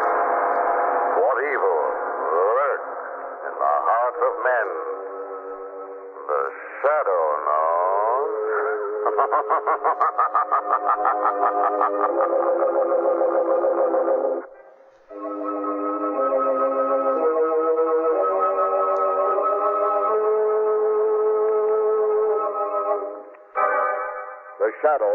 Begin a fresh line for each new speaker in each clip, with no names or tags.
What evil lurks in the hearts of men? The shadow knows. The shadow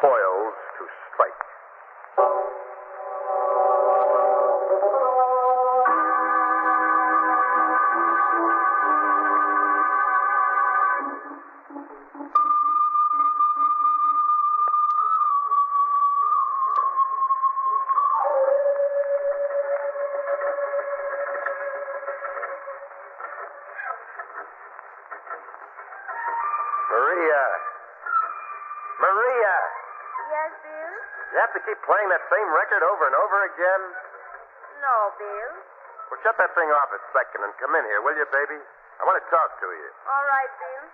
Coils to Strike.
Maria! Maria!
Yes, Bill?
Is that the keep playing that same record over and over again?
No, Bill.
Well, shut that thing off a second and come in here, will you, baby? I want to talk to you.
All right, Bill.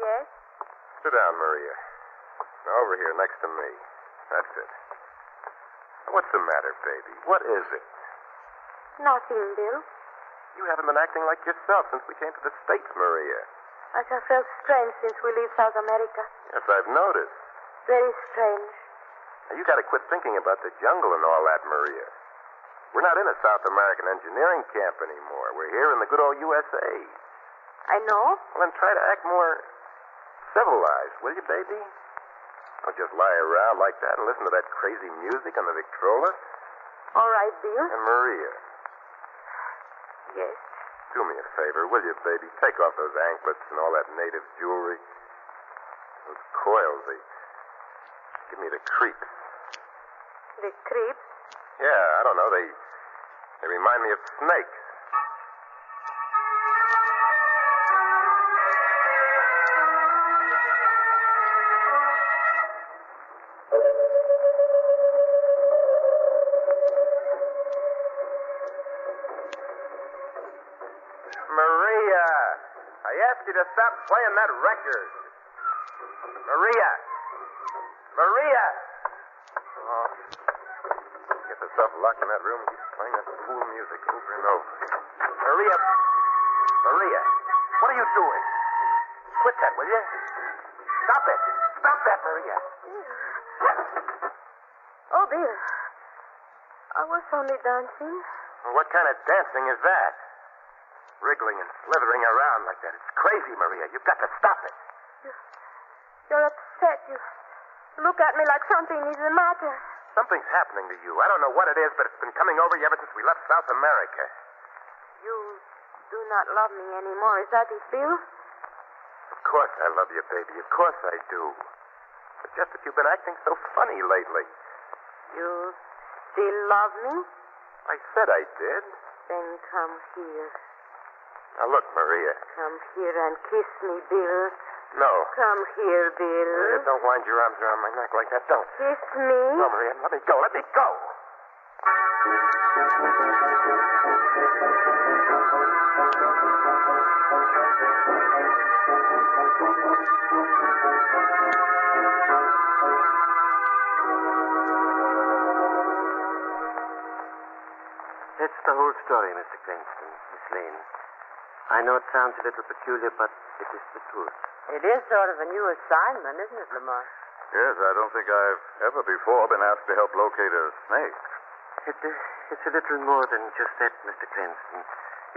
Yes?
Sit down, Maria. Now over here next to me. That's it. Now, What's the matter, baby? What is it?
Nothing, Bill.
You haven't been acting like yourself since we came to the States, Maria.
I just felt strange since we leave South America.
Yes, I've noticed.
Very strange.
Now, you got to quit thinking about the jungle and all that, Maria. We're not in a South American engineering camp anymore. We're here in the good old USA.
I know.
Well, then try to act more civilized, will you, baby? Don't just lie around like that and listen to that crazy music on the Victrola.
All right, Bill.
And Maria,
Yes.
do me a favor, will you, baby? Take off those anklets and all that native jewelry. Those coils, they give me the creeps.
The creeps.
Yeah, I don't know. They they remind me of snakes. Maria, I asked you to stop playing that record. Maria, Maria. Oh, get yourself locked in that room. Keep playing that fool music over and over. Maria, Maria, what are you doing? Quit that, will you? Stop it! Stop that, Maria!
Oh, Bill. I was only dancing.
What kind of dancing is that? Wriggling and slithering around like that. It's crazy, Maria. You've got to stop it.
You're upset. You look at me like something is the matter.
Something's happening to you. I don't know what it is, but it's been coming over you ever since we left South America.
You do not love me anymore. Is that it, Bill?
Of course I love you, baby. Of course I do. But just that you've been acting so funny lately.
You still love me?
I said I did.
Then come here.
Now look, Maria.
Come here and kiss me, Bill.
No.
Come here, Bill.
Maria, don't wind your arms around my neck like that. Don't.
Kiss me.
No, Maria, let me go. Let me go.
That's the whole story, Mr. Cranston, Miss Lane. I know it sounds a little peculiar, but it is the truth.
It is sort of a new assignment, isn't it, Lamont?
Yes, I don't think I've ever before been asked to help locate a snake.
It, uh, it's a little more than just that, Mr. Cranston.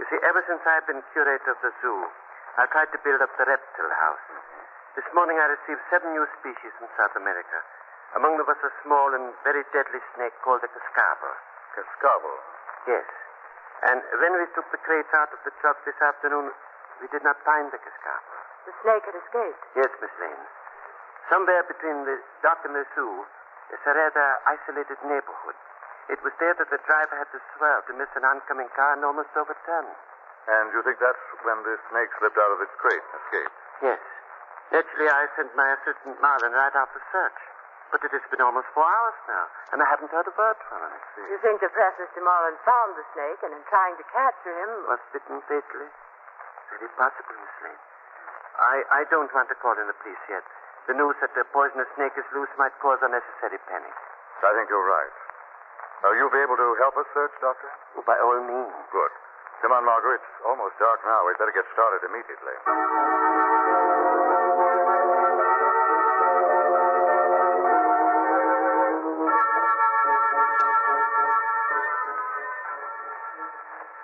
You see, ever since I've been curator of the zoo, I tried to build up the reptile house. This morning I received seven new species from South America. Among them was a small and very deadly snake called the cascabel.
Cascabel.
Yes. And when we took the crates out of the shop this afternoon, we did not find the cascabel.
The snake had escaped.
Yes, Miss Lane. Somewhere between the dock and the zoo is a rather isolated neighborhood. It was there that the driver had to swerve to miss an oncoming car and almost overturn. it.
And you think that's when the snake slipped out of its crate and escaped?
Yes. Naturally, I sent my assistant Marlin right out to search. But it has been almost four hours now, and I haven't heard a word from him.
You think that perhaps Mr. Marlin found the snake and in trying to capture him.
Was bitten fatally? Very possible, Miss Lane. I, I don't want to call in the police yet. The news that the poisonous snake is loose might cause unnecessary panic.
I think you're right. Now, you'll be able to help us search, Doctor?
Oh, by all means.
Good. Come on, Margaret. It's almost dark now. We'd better get started immediately.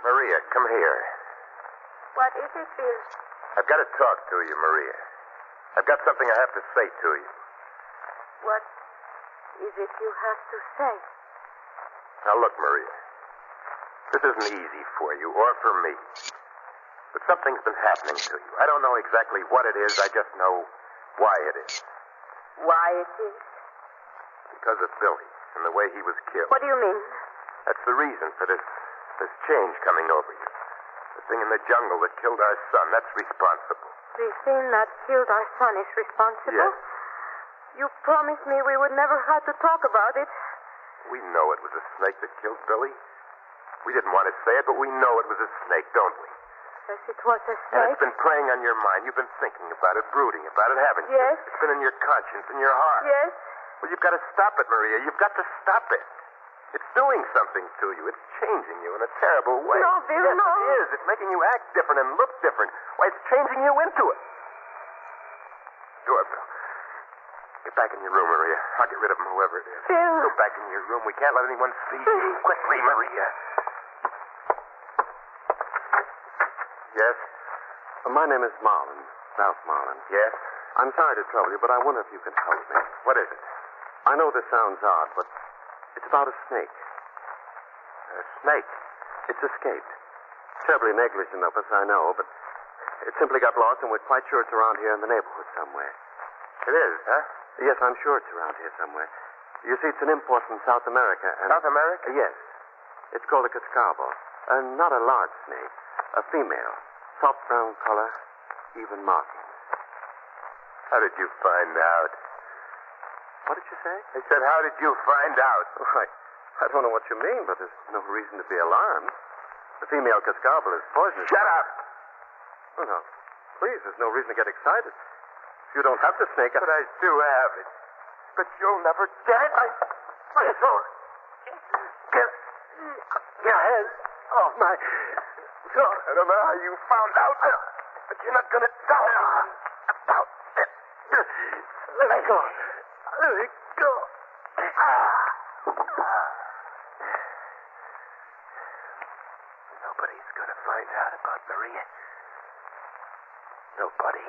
Maria, come here.
What is it, Bill?
I've got to talk to you, Maria. I've got something I have to say to you.
What is it you have to say?
Now, look, Maria. This isn't easy for you or for me. But something's been happening to you. I don't know exactly what it is, I just know why it is.
Why it is?
Because of Billy and the way he was killed.
What do you mean?
That's the reason for this this change coming over you. The thing in the jungle that killed our son, that's responsible.
The thing that killed our son is responsible?
Yes.
You promised me we would never have to talk about it.
We know it was a snake that killed Billy. We didn't want to say it, but we know it was a snake, don't we?
Yes, it was a
And
snake.
it's been preying on your mind. You've been thinking about it, brooding about it, haven't you?
Yes.
It's been in your conscience, in your heart.
Yes.
Well, you've got to stop it, Maria. You've got to stop it. It's doing something to you. It's changing you in a terrible way.
No, Bill,
yes,
no.
It is. It's making you act different and look different. Why, it's changing you into it. Doorbell. Get back in your room, Maria. I'll get rid of him, whoever it is.
Bill.
Go back in your room. We can't let anyone see you.
Bill.
Quickly, Maria. Yes? Uh, my name is Marlin. Ralph Marlin. Yes? I'm sorry to trouble you, but I wonder if you can help me. What is it? I know this sounds odd, but it's about a snake. A snake? It's escaped. Terribly negligent of us, I know, but it simply got lost, and we're quite sure it's around here in the neighborhood somewhere. It is, huh? Yes, I'm sure it's around here somewhere. You see, it's an import from South America. And Uh,
South America?
Yes. It's called a cascabo. Uh, not a large snake. A female. Soft brown color, even markings.
How did you find out?
What did you say?
I said, how did you find out?
Why, I don't know what you mean, but there's no reason to be alarmed. The female cascabel is poisonous.
Shut up!
Oh, no. Please, there's no reason to get excited. If you don't have the snake, I...
But I do have it. But you'll never get it. I... I don't. Get... Your hands off my... I don't know how you found out, but you're not going to tell me about it. Let me go. Let me go. Nobody's going to find out about Maria. Nobody.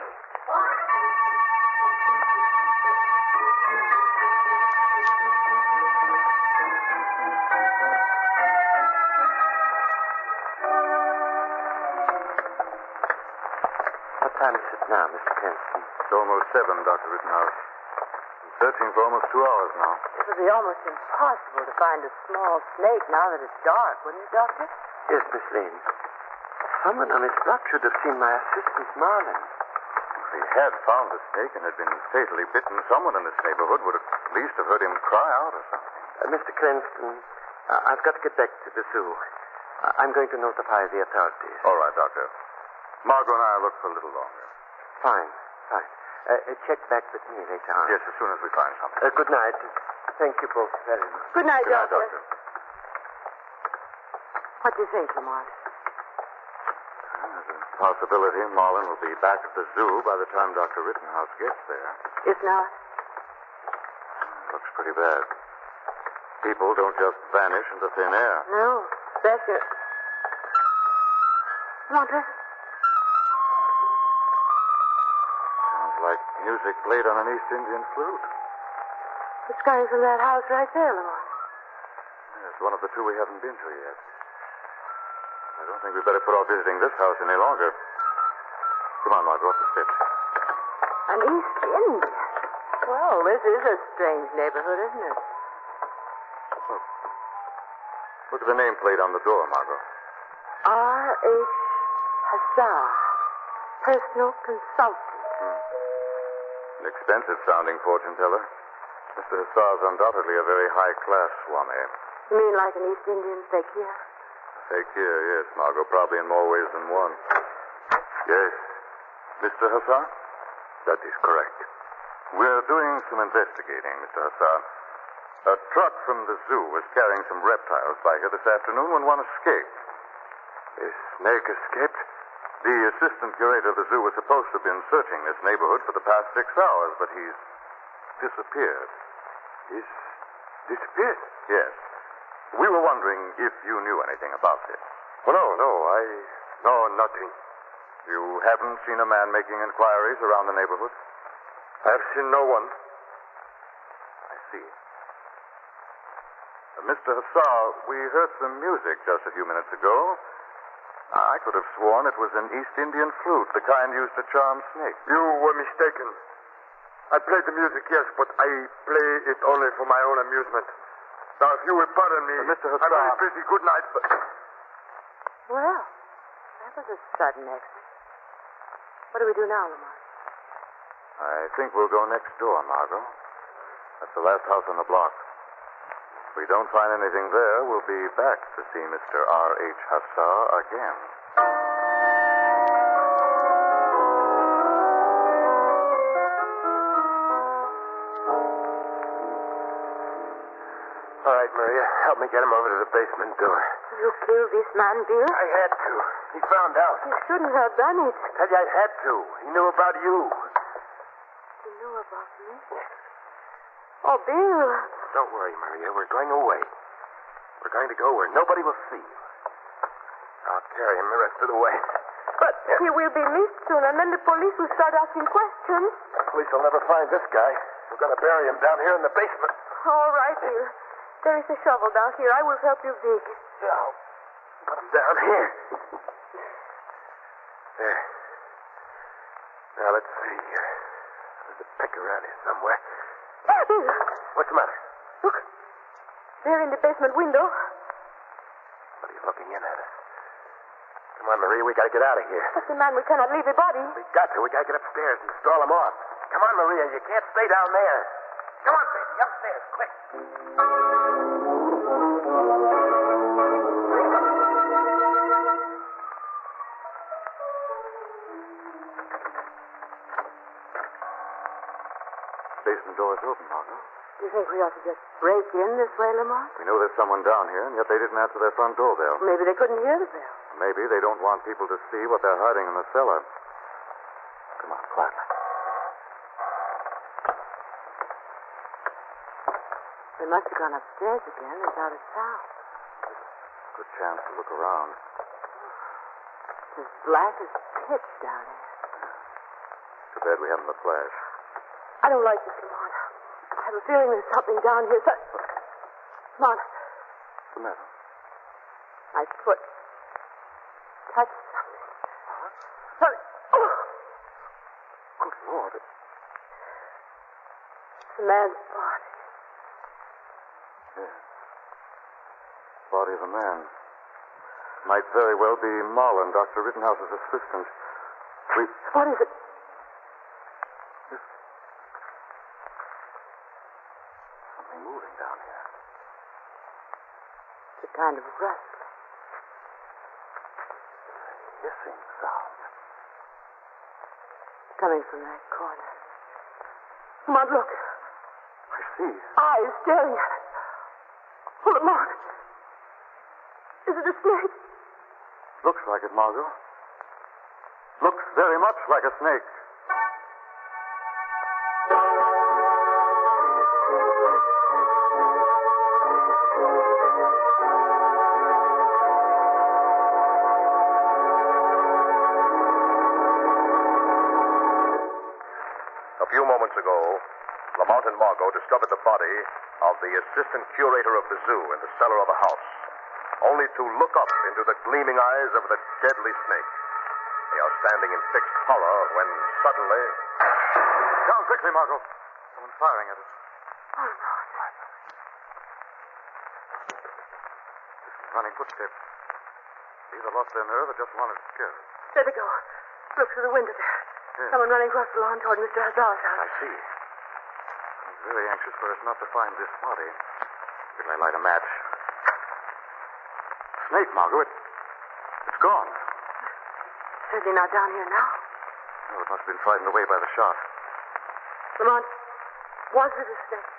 What time is it now, Mr. Cranston?
It's almost seven, Dr. Rittenhouse. Been searching for almost two hours now.
It would be almost impossible to find a small snake now that it's dark, wouldn't it, Doctor?
Yes, Miss Lane. Someone on his block should have seen my assistant, Marlin. Uh,
If he had found the snake and had been fatally bitten, someone in this neighborhood would at least have heard him cry out or something.
Uh, Mr. Cranston, uh, I've got to get back to the zoo. I- I'm going to notify the authorities.
All right, Doctor. Margot and I will look for a little longer.
Fine, fine. Uh, uh, check back with me later on.
Yes, as soon as we find something.
Uh, good night. Thank you both very much.
Good night,
Good night, Doctor.
Doctor. What do you think, Lamont?
There's a possibility Marlin will be back at the zoo by the time Dr. Rittenhouse gets there.
If not,
pretty bad. People don't just vanish into thin air.
No, especially. Walter,
Sounds like music played on an East Indian flute.
it's coming from that house right there, Lamont.
It's one of the two we haven't been to yet. I don't think we'd better put off visiting this house any longer. Come on, Margaret, up the steps.
An East Indian. Well, this is a strange neighborhood, isn't it?
Look at the name plate on the door, Margot.
R. H. Hazar, personal consultant.
An expensive sounding fortune teller. Mr. Hassar's undoubtedly a very high class swami.
You mean like an East Indian fakir?
Take care, yes, Margot, probably in more ways than one. Yes. Mr. Hassar? That is correct. We're doing some investigating, Mr. Hassar. A truck from the zoo was carrying some reptiles by here this afternoon when one escaped. A snake escaped? The assistant curator of the zoo was supposed to have been searching this neighborhood for the past six hours, but he's disappeared. He's disappeared? Yes. We were wondering if you knew anything about this. Well, no, no, I know nothing. You haven't seen a man making inquiries around the neighborhood? I've seen no one. I see. Uh, Mr. Hassar, we heard some music just a few minutes ago. I could have sworn it was an East Indian flute, the kind used to charm snakes.
You were mistaken. I play the music, yes, but I play it only for my own amusement. Now, if you will pardon me,
But Mr.
I'm very
Hassan-
busy. Good night. But...
Well, that was a sudden exit. What do we do now, Lamont?
I think we'll go next door, Margot. That's the last house on the block. If we don't find anything there, we'll be back to see Mr. R.H. Hassar again.
All right, Maria, help me get him over to the basement door.
You killed this man, Bill?
I had to. He found out.
You shouldn't have done it.
Tell you I had to. He knew about you.
You knew about me. Oh, Bill.
Don't worry, Maria. We're going away. We're going to go where nobody will see you. I'll carry him the rest of the way.
But he will be missed soon, and then the police will start asking questions.
The police will never find this guy. We're going to bury him down here in the basement.
All right, Bill. There is a shovel down here. I will help you dig.
Now, put him down here. There. Now, let's see. There's a pick around here somewhere.
Ah, Bill,
What's the matter?
look. There in the basement window.
Somebody's looking in at us. Come on, Maria, we gotta get out of here.
But the man, we cannot leave the body.
We got to. We gotta get upstairs and stall him off. Come on, Maria, you can't stay down there. Come on, baby, upstairs, quick.
Basement door is open, Margot.
Do you think we ought to just break in this way, Lamont?
We know there's someone down here, and yet they didn't answer their front door bell.
Maybe they couldn't hear the bell.
Maybe they don't want people to see what they're hiding in the cellar. Come on, quietly.
They must have gone upstairs again. It's out of town.
Good chance to look around.
It's as black as pitch down here.
Too bad we haven't the flash.
I don't like this, Lamont. I have a feeling there's something down here. So... Lamont,
What's the matter?
my foot touched something. Something- Oh,
Good Lord.
it's a man's body.
Yeah. Body of a man. Might very well be Marlin, Dr. Rittenhouse's assistant. We.
What is it?
Something moving down here.
It's a kind of rust.
Hissing sound.
coming from that corner. Lamont, look.
I see.
Eyes staring at us. Oh, Lamont. Is it a snake?
Looks like it, Margot. Looks very much like a snake.
Mort and Margot discovered the body of the assistant curator of the zoo in the cellar of a house, only to look up into the gleaming eyes of the deadly snake. They are standing in fixed horror when suddenly.
Down quickly, Margot. Someone's firing at us.
Oh, Lord.
Running footsteps. They either lost their nerve or just wanted to scare us.
There they go. Look through the window there.
Hmm.
Yes.
Someone running across the lawn toward Mr. Hazard's house.
I see. I'm really anxious for us not to find this body. Did I light a match? Snake, Margot. It, it's gone.
Certainly not down here now.
Oh, it must have been frightened away by the shot.
Lamont, was it a snake?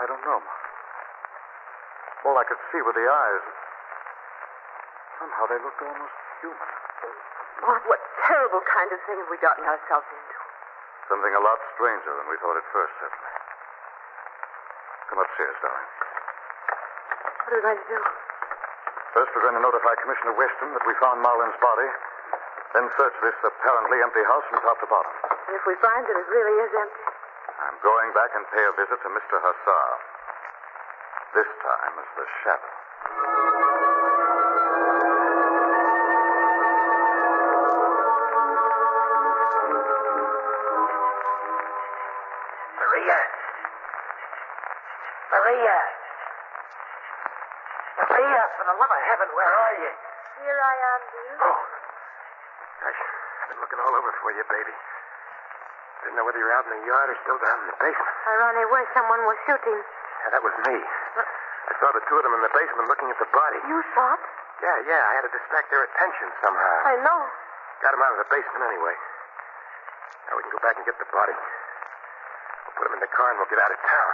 I don't know, Margot. All I could see were the eyes. Somehow they looked almost human.
Lamont, what terrible kind of thing have we gotten ourselves into?
Something a lot stranger than we thought at first, certainly. Come upstairs, darling.
What are we going to do?
First, we're going to notify Commissioner Weston that we found Marlin's body, then search this apparently empty house from top to bottom.
And if we find that it really is empty,
I'm going back and pay a visit to Mr. Hassar. This time as the shadow.
Maria! Maria! Maria, for the love of heaven, where are you?
here I am, dear.
Oh. I've been looking all over for you, baby. Didn't know whether you were out in the yard or still down in the basement.
I ran away. Someone was shooting.
Yeah, that was me. I saw the two of them in the basement looking at the body.
You shot?
Yeah, yeah, I had to distract their attention somehow.
I know.
Got him out of the basement anyway. Now we can go back and get the body. We'll put him in the car and we'll get out of town.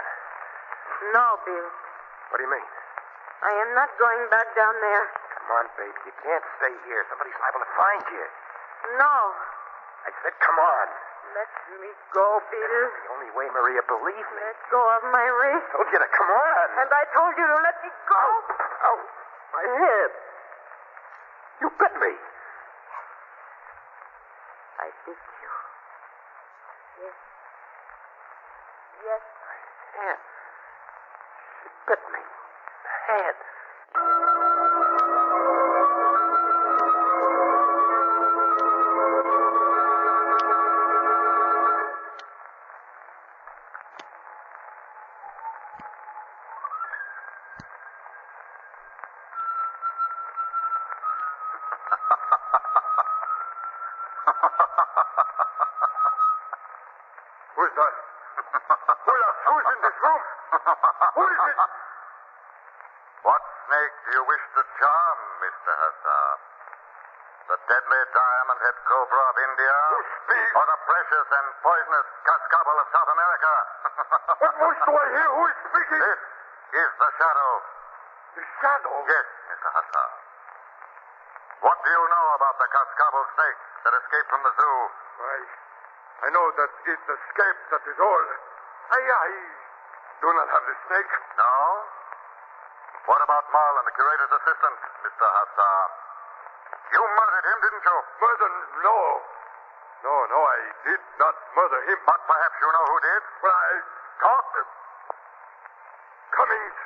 No, Bill.
What do you mean?
I am not going back down there.
Come on, baby. You can't stay here. Somebody's liable to find you.
No.
I said, come on.
Let me go, Bill.
The only way, Maria, believe me.
Let go of my wrist.
told you to come on.
And I told you to let me go.
Oh, my head. You bit me.
I bid you.
Yes. Yes.
Head. She bit me. The head.
Who's that? Who's that? Who's in this room? Who is it?
What snake do you wish to charm, Mr. Hassan? The deadly diamond head cobra of India?
You speak.
Or the precious and poisonous cascabel of South America?
What voice do I hear? Who is speaking?
This is the shadow.
The shadow.
Yes, Mr. Hassan. What do you know about the cascabel snake that escaped from the zoo?
I, I know that it escaped, that is all. I, I do not have the snake.
No? What about Marlin, the curator's assistant, Mr. Hassan? You murdered him, didn't you?
Murder? No. No, no, I did not murder him.
But perhaps you know who did?
Well, I caught him. Cummings.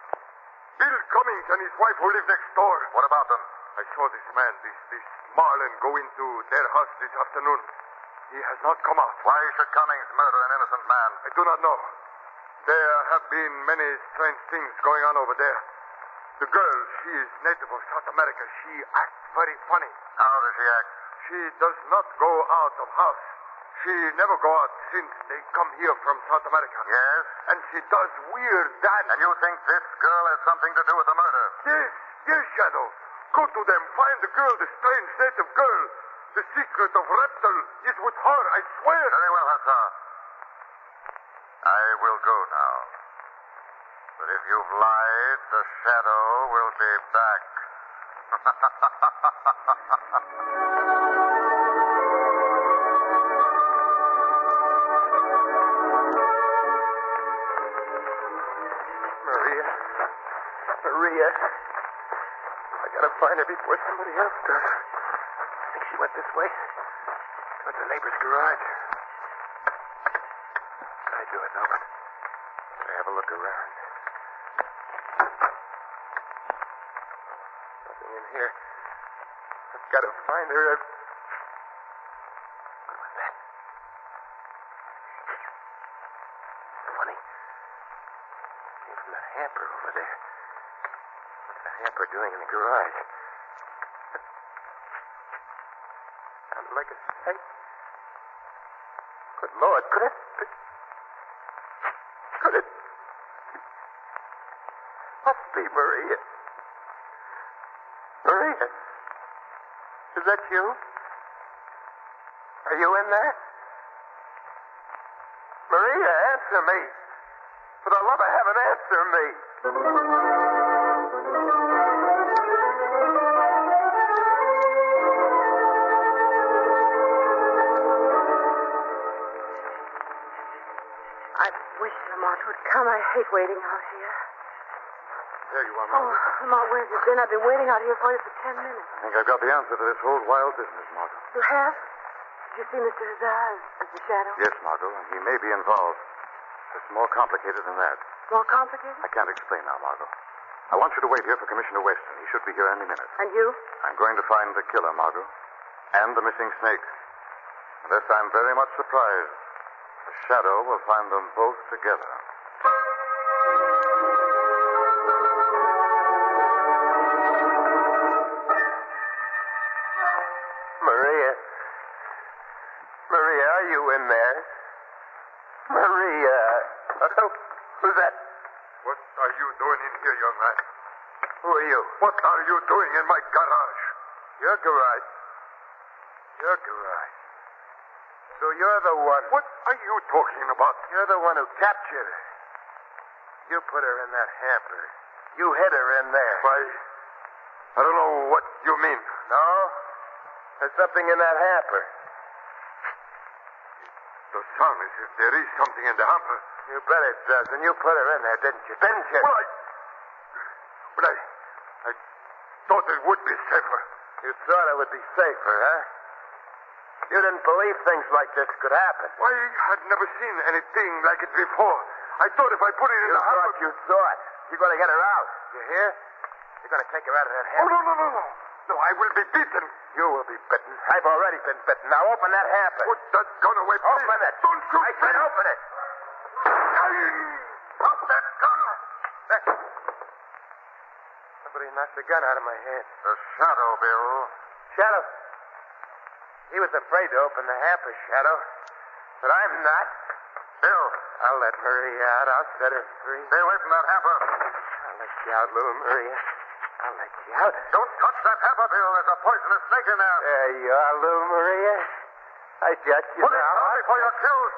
Bill Cummings and his wife who live next door.
What about them?
I saw this man, this, this Marlin, go into their house this afternoon. He has not come out.
Why should Cummings murder an innocent man?
I do not know. There have been many strange things going on over there. The girl, she is native of South America. She acts very funny.
How does he act?
She does not go out of house. She never go out since they come here from South America.
Yes?
And she does weird
And
dance.
you think this girl has something to do with the murder?
Yes, yes, Shadow. Go to them. Find the girl, the strange native girl. The secret of Reptile is with her, I swear.
Very well, Hassan. I will go now. But if you've lied, the shadow will be back.
Maria. Maria. I gotta find her before somebody else does. I think she went this way. Went to the neighbor's garage. What did I do? it up. Better have a look around. Nothing in here. I've got to find her. I've... What was that? Funny. Came from that hamper over there. What's that hamper doing in the garage? Sounded like a sight. Good Lord, could it? Could it? Must be Maria. Maria, is that you? Are you in there? Maria, answer me. For the love of heaven, answer me.
I wish Lamont would come. I hate waiting out here.
There you are,
Oh,
Margot.
Lamont, where's you been? I've been waiting out here for you for ten minutes.
I think I've got the answer to this whole wild business, Margot.
You have? Did you see Mr. Hazard as, as the shadow?
Yes, Margot, and he may be involved. It's more complicated than that.
More complicated?
I can't explain now, Margot. I want you to wait here for Commissioner Weston. He should be here any minute.
And you?
I'm going to find the killer, Margot, and the missing snake. Unless I'm very much surprised, the shadow will find them both together.
Maria. Maria, are you in there? Maria. Oh, who's that?
What are you doing in here, young man?
Who are you?
What are you doing in my garage?
Your garage. Your garage. So you're the one.
What are you talking about?
You're the one who captured her. You put her in that hamper. You hid her in there.
Why, I don't know what you mean.
No? There's something in that hamper.
The sound is if there is something in the hamper.
You bet it does. And you put her in there, didn't you? Didn't you?
Well, I... Well, I... I thought it would be safer.
You thought it would be safer, huh? You didn't believe things like this could happen.
I had never seen anything like it before. I thought if I put it in
You
the hamper...
thought you thought. You're going to get her out. You hear? You're going to take her out of that
Oh,
hamper.
no, no, no, no. No, I will be beaten.
You will be bitten. I've already been bitten. Now open that hamper.
Put that gun away, please.
Open it.
Don't shoot
I
me.
said open it.
Stop that gun.
There. Somebody knocked the gun out of my hand.
The shadow, Bill.
Shadow. He was afraid to open the hamper, Shadow. But I'm not.
Bill,
I'll let Maria out. I'll set her free.
stay away from that hamper.
I'll let you out, little Maria. I'll let you out.
Don't touch that hamper, Bill. There's a poisonous snake in there.
There you are, little Maria. I got you
Put it
now.
down before you're killed.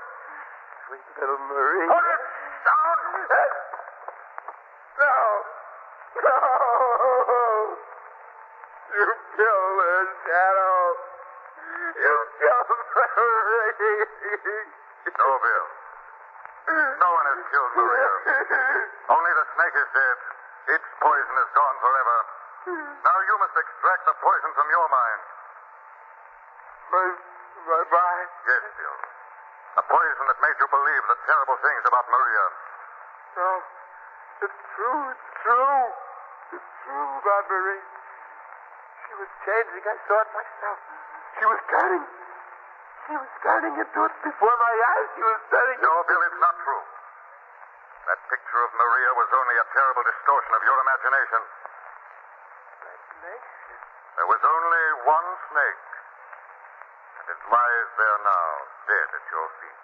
Sweet little Maria.
Put it down.
No. No. You killed her, Shadow. You killed Marie.
No, Bill. No one has killed Maria. Only the snake is dead. Its poison is gone forever. Now you must extract the poison from your mind.
My, my mind.
Yes, Bill. A poison that made you believe the terrible things about Maria.
No. It's true. It's true. It's true about Marie. She was changing. I saw it myself. She was turning. She was turning into it before my eyes. She was turning.
No, Bill, it's not true. That picture of Maria was only a terrible distortion of your imagination. There was only one snake, and it lies there now, dead at your feet.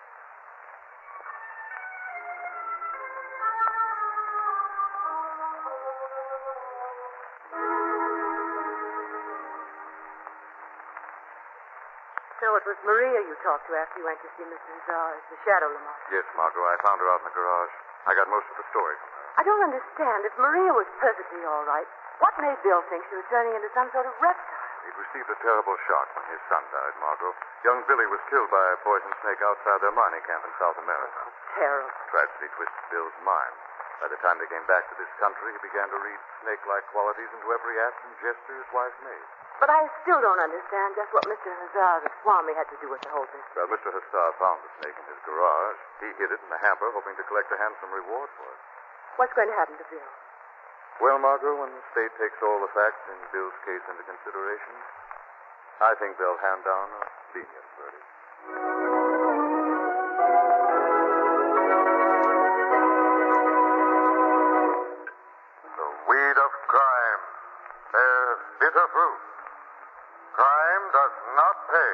So it was Maria you talked to after you went to see Mr. Hazard as the shadow, Lamont.
Yes, Margot, I found her out in the garage. I got most of the story from her.
I don't understand. If Maria was perfectly all right, what made Bill think she was turning into some sort of reptile?
He received a terrible shock when his son died, Margot. Young Billy was killed by a poison snake outside their mining camp in South America.
Terrible.
Tragedy twisted Bill's mind.
By the time they came back to this country, he began to read snake like qualities into every act and gesture his wife made.
But I still don't understand just what Mr. Hazard and Swami had to do with the whole thing.
Well, Mr. Hassar found the snake in his garage. He hid it in a hamper, hoping to collect a handsome reward for it.
What's going to happen to Bill?
Well, Margot, when the state takes all the facts in Bill's case into consideration, I think they'll hand down a lenient verdict.
The weed of crime bears bitter fruit. Crime does not pay.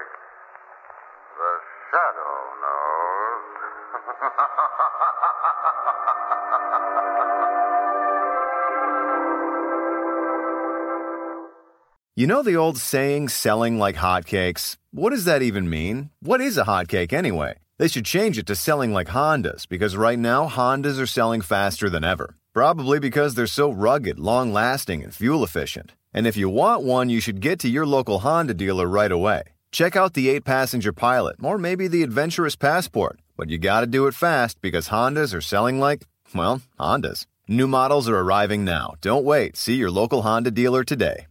The shadow knows.
You know the old saying, selling like hotcakes? What does that even mean? What is a hotcake anyway? They should change it to selling like Hondas because right now Hondas are selling faster than ever. Probably because they're so rugged, long lasting, and fuel efficient. And if you want one, you should get to your local Honda dealer right away. Check out the 8 passenger pilot or maybe the adventurous passport, but you gotta do it fast because Hondas are selling like, well, Hondas. New models are arriving now. Don't wait. See your local Honda dealer today.